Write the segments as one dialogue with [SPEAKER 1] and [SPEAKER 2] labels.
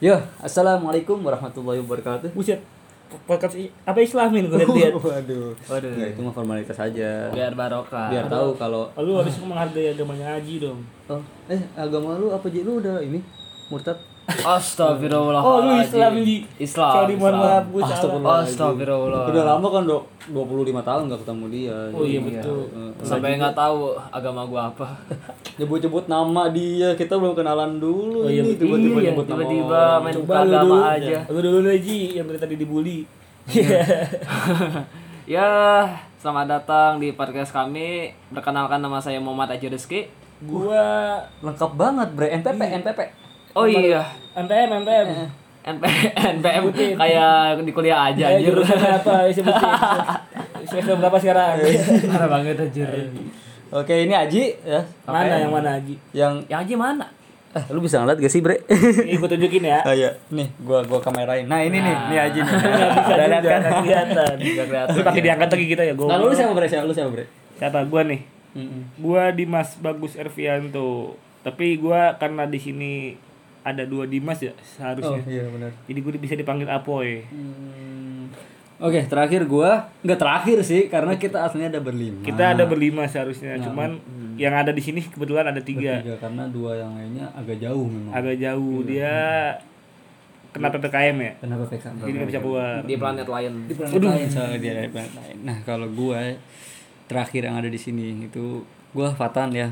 [SPEAKER 1] Yo, assalamualaikum warahmatullahi wabarakatuh.
[SPEAKER 2] Buset. Podcast i- apa Islamin gue lihat.
[SPEAKER 1] Waduh.
[SPEAKER 2] Waduh.
[SPEAKER 1] Ya, itu mah formalitas aja.
[SPEAKER 3] biar barokah
[SPEAKER 1] Biar tahu kalau
[SPEAKER 2] Lu harus menghargai agamanya Haji dong.
[SPEAKER 1] oh, eh agama lu apa Ji? Lu udah ini murtad.
[SPEAKER 3] astagfirullah
[SPEAKER 2] Oh, lu Islam di
[SPEAKER 3] Islam
[SPEAKER 2] Sorry, mohon
[SPEAKER 3] Islam.
[SPEAKER 2] maaf gue salah.
[SPEAKER 3] astagfirullah
[SPEAKER 1] Udah lama kan, Dok? 25 tahun nggak ketemu dia. eh,
[SPEAKER 2] Oh iya betul.
[SPEAKER 3] sampai nggak tahu agama gua apa
[SPEAKER 1] Nyebut-nyebut nama dia, kita belum kenalan dulu.
[SPEAKER 2] Oh iya,
[SPEAKER 1] ini
[SPEAKER 2] betul.
[SPEAKER 1] tiba-tiba
[SPEAKER 3] Iya,
[SPEAKER 1] nyebut nama.
[SPEAKER 3] tiba-tiba
[SPEAKER 1] orang.
[SPEAKER 3] main
[SPEAKER 1] Coba lu
[SPEAKER 3] agama
[SPEAKER 1] dulu.
[SPEAKER 3] aja
[SPEAKER 2] Lu dulu lu Haji yang dari tadi dibully. Iya.
[SPEAKER 3] ya selamat datang di podcast kami perkenalkan nama saya Muhammad Aji Rizky
[SPEAKER 2] Gua
[SPEAKER 1] Lengkap banget, Bre. NPP, NPP.
[SPEAKER 3] oh iya
[SPEAKER 2] MTM MTM.
[SPEAKER 3] NP NPM kayak di kuliah aja
[SPEAKER 2] Eh,
[SPEAKER 3] anjir
[SPEAKER 2] jurusan apa? Sebutin. Semester berapa sekarang?
[SPEAKER 3] parah banget anjir
[SPEAKER 1] Oke, ini Aji ya.
[SPEAKER 2] Mana yang mana Haji?
[SPEAKER 1] Yang
[SPEAKER 3] yang Aji mana
[SPEAKER 1] eh, lu bisa ngeliat gak sih, Bre?
[SPEAKER 2] Ini gue tunjukin ya.
[SPEAKER 1] Ah iya, nih gua gua kamerain. Nah, ini nih, nih Aji nih.
[SPEAKER 2] Bisa
[SPEAKER 1] Udah lihat
[SPEAKER 2] juga
[SPEAKER 1] kan?
[SPEAKER 2] nggak kelihatan.
[SPEAKER 3] Nggak kelihatan.
[SPEAKER 2] Lu pakai diangkat lagi kita ya,
[SPEAKER 1] Nah,
[SPEAKER 2] gua.
[SPEAKER 1] lu siapa, Bre? Siapa lu siapa, Bre?
[SPEAKER 2] Siapa gua nih? Gua Dimas Bagus Ervianto. Tapi gua karena di sini ada dua Dimas ya seharusnya.
[SPEAKER 1] iya benar.
[SPEAKER 2] Jadi gue bisa dipanggil Apoy.
[SPEAKER 1] Hmm, Oke, terakhir gua nggak terakhir sih karena kita aslinya ada berlima.
[SPEAKER 2] Kita ada berlima seharusnya, cuman yang ada di sini kebetulan ada tiga.
[SPEAKER 1] Tiga, karena dua yang lainnya agak jauh memang.
[SPEAKER 2] Agak jauh dia kena PPKM ya.
[SPEAKER 1] Kenapa Peksa?
[SPEAKER 2] Jadi nggak bisa keluar.
[SPEAKER 3] di planet lain
[SPEAKER 1] Di planet lain soalnya dia dari planet lain. Nah, kalau gua terakhir yang ada di sini itu gua Fatan ya.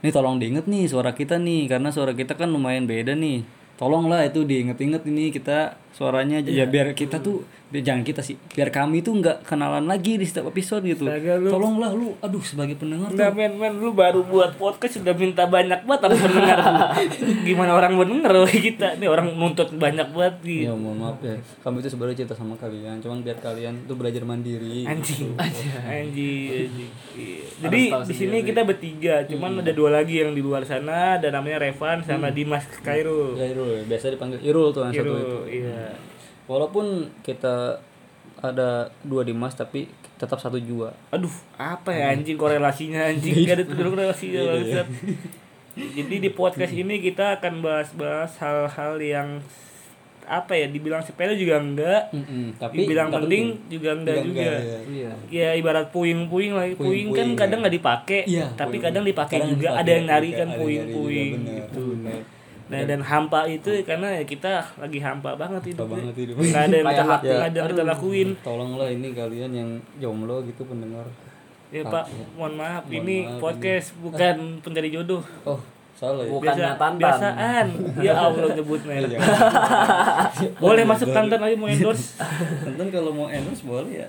[SPEAKER 1] Ini tolong diinget nih suara kita nih karena suara kita kan lumayan beda nih. Tolonglah itu diinget-inget ini kita suaranya ya biar kita tuh biar jangan kita sih biar kami tuh nggak kenalan lagi di setiap episode gitu. Tolonglah lu aduh sebagai pendengar tuh
[SPEAKER 2] Udah men, men, lu baru buat podcast sudah minta banyak banget harus mendengar Gimana orang mendengar woi, kita Nih orang nuntut banyak gitu. banget nih
[SPEAKER 1] Ya mohon maaf ya Kami itu sebenarnya cinta sama kalian Cuman biar kalian tuh belajar mandiri
[SPEAKER 2] Anjing Anjing anjing. Iya. Jadi di sini kita bertiga Cuman ada dua lagi yang di luar sana Ada namanya Revan sama Dimas Kairul
[SPEAKER 1] Ya, Irul, biasa dipanggil Irul tuh yang satu itu
[SPEAKER 2] Kairul, iya
[SPEAKER 1] Walaupun kita ada dua Dimas tapi tetap satu jua.
[SPEAKER 2] Aduh, apa ya anjing korelasinya anjing? Gak ada tuh korelasinya bangsat. Jadi di podcast ini kita akan bahas-bahas hal-hal yang apa ya dibilang sepele juga enggak,
[SPEAKER 1] tapi tapi
[SPEAKER 2] dibilang Hmm. penting juga enggak juga.
[SPEAKER 3] iya
[SPEAKER 2] Ya ibarat puing-puing lagi, puing, kan kadang nggak dipakai,
[SPEAKER 1] Iya,
[SPEAKER 2] tapi
[SPEAKER 1] puing.
[SPEAKER 2] kadang dipakai
[SPEAKER 1] Kadang
[SPEAKER 2] juga.
[SPEAKER 1] dipakai
[SPEAKER 2] Ada yang nyari
[SPEAKER 1] juga,
[SPEAKER 2] kan
[SPEAKER 1] ada yang
[SPEAKER 2] puing-puing
[SPEAKER 1] nyari juga, bener,
[SPEAKER 2] gitu.
[SPEAKER 1] bener.
[SPEAKER 2] Nah dan hampa itu karena ya kita lagi hampa banget
[SPEAKER 1] Susah
[SPEAKER 2] hidupnya.
[SPEAKER 1] banget iya. hidup.
[SPEAKER 2] Nggak ada yang kita,
[SPEAKER 3] Kayak
[SPEAKER 2] nggak ada yang kita lakuin.
[SPEAKER 1] Tolonglah ini kalian yang jomblo gitu pendengar.
[SPEAKER 2] Ya Pak, mohon maaf ini podcast bukan pencari jodoh.
[SPEAKER 1] Oh, salah ya.
[SPEAKER 3] bukan tantan
[SPEAKER 2] biasaan. Ya Allah nyebut
[SPEAKER 1] Iya.
[SPEAKER 2] merek. Boleh masuk Tantan aja mau endorse.
[SPEAKER 1] Nonton kalau mau endorse boleh ya.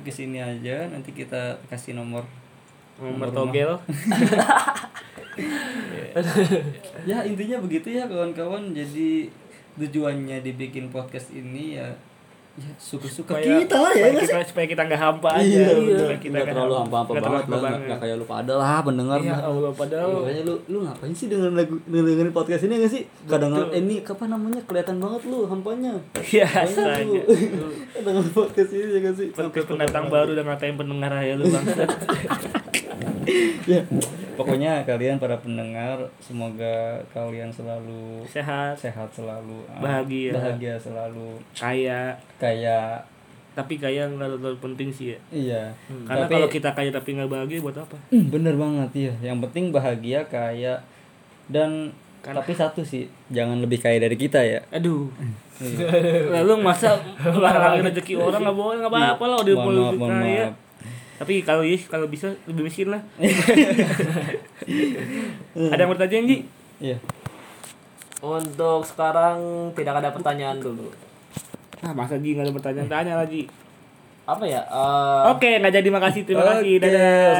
[SPEAKER 1] Ke sini aja nanti kita kasih nomor.
[SPEAKER 2] Nomor togel.
[SPEAKER 1] Ya, intinya begitu ya kawan-kawan. Jadi tujuannya dibikin podcast ini ya ya suka-suka
[SPEAKER 2] Supaya-
[SPEAKER 1] kita lah ya. Iya,
[SPEAKER 2] supaya kita supaya kita nggak hampa aja. Supaya kita
[SPEAKER 1] Nggak
[SPEAKER 2] nggak
[SPEAKER 1] terlalu hampa-hampa
[SPEAKER 2] nggak
[SPEAKER 1] banget
[SPEAKER 2] terlalu
[SPEAKER 1] lah, nggak- nggak kayak ah, lu pada lah pendengar
[SPEAKER 2] Ya
[SPEAKER 1] mah.
[SPEAKER 2] Allah padahal
[SPEAKER 1] Makanya Iya, lu lu ngapain sih dengan lagu dengerin podcast ini gak sih? Kadang eh, ini apa namanya kelihatan banget lu hampanya. Iya.
[SPEAKER 2] ya
[SPEAKER 1] Banyak
[SPEAKER 2] astaga.
[SPEAKER 1] lu. dengan podcast ini ya gak sih?
[SPEAKER 2] Podcast pendatang baru udah ngatain pendengar aja lu bangsat.
[SPEAKER 1] Ya. Pokoknya kalian para pendengar semoga kalian selalu
[SPEAKER 2] Sehat,
[SPEAKER 1] sehat selalu ah,
[SPEAKER 2] bahagia,
[SPEAKER 1] bahagia selalu
[SPEAKER 2] kaya.
[SPEAKER 1] kayak
[SPEAKER 2] Tapi kaya nggak terlalu penting sih ya.
[SPEAKER 1] iya
[SPEAKER 2] Karena kalau kita kaya tapi nggak bahagia buat apa?
[SPEAKER 1] Hmm, bener banget ya yang penting bahagia kayak dan tapi satu sih jangan lebih kaya dari kita ya
[SPEAKER 2] Aduh.
[SPEAKER 1] Iya.
[SPEAKER 2] Lah, lu masa ngelarangin rezeki orang nggak boleh nggak apa-apa lah udah
[SPEAKER 1] Iya. Mohon
[SPEAKER 2] mau
[SPEAKER 1] maaf, mohon
[SPEAKER 2] kaya.
[SPEAKER 1] maaf.
[SPEAKER 2] Tapi kalau ya, kalau bisa lebih miskin lah. Ada yang bertanya Ji?
[SPEAKER 1] iya
[SPEAKER 3] untuk sekarang tidak ada pertanyaan dulu
[SPEAKER 2] Ah masa Ji nggak ada pertanyaan tanya lagi.
[SPEAKER 3] apa ya Eh,
[SPEAKER 1] Ah.
[SPEAKER 2] Oke nggak jadi makasih terima kasih dadah.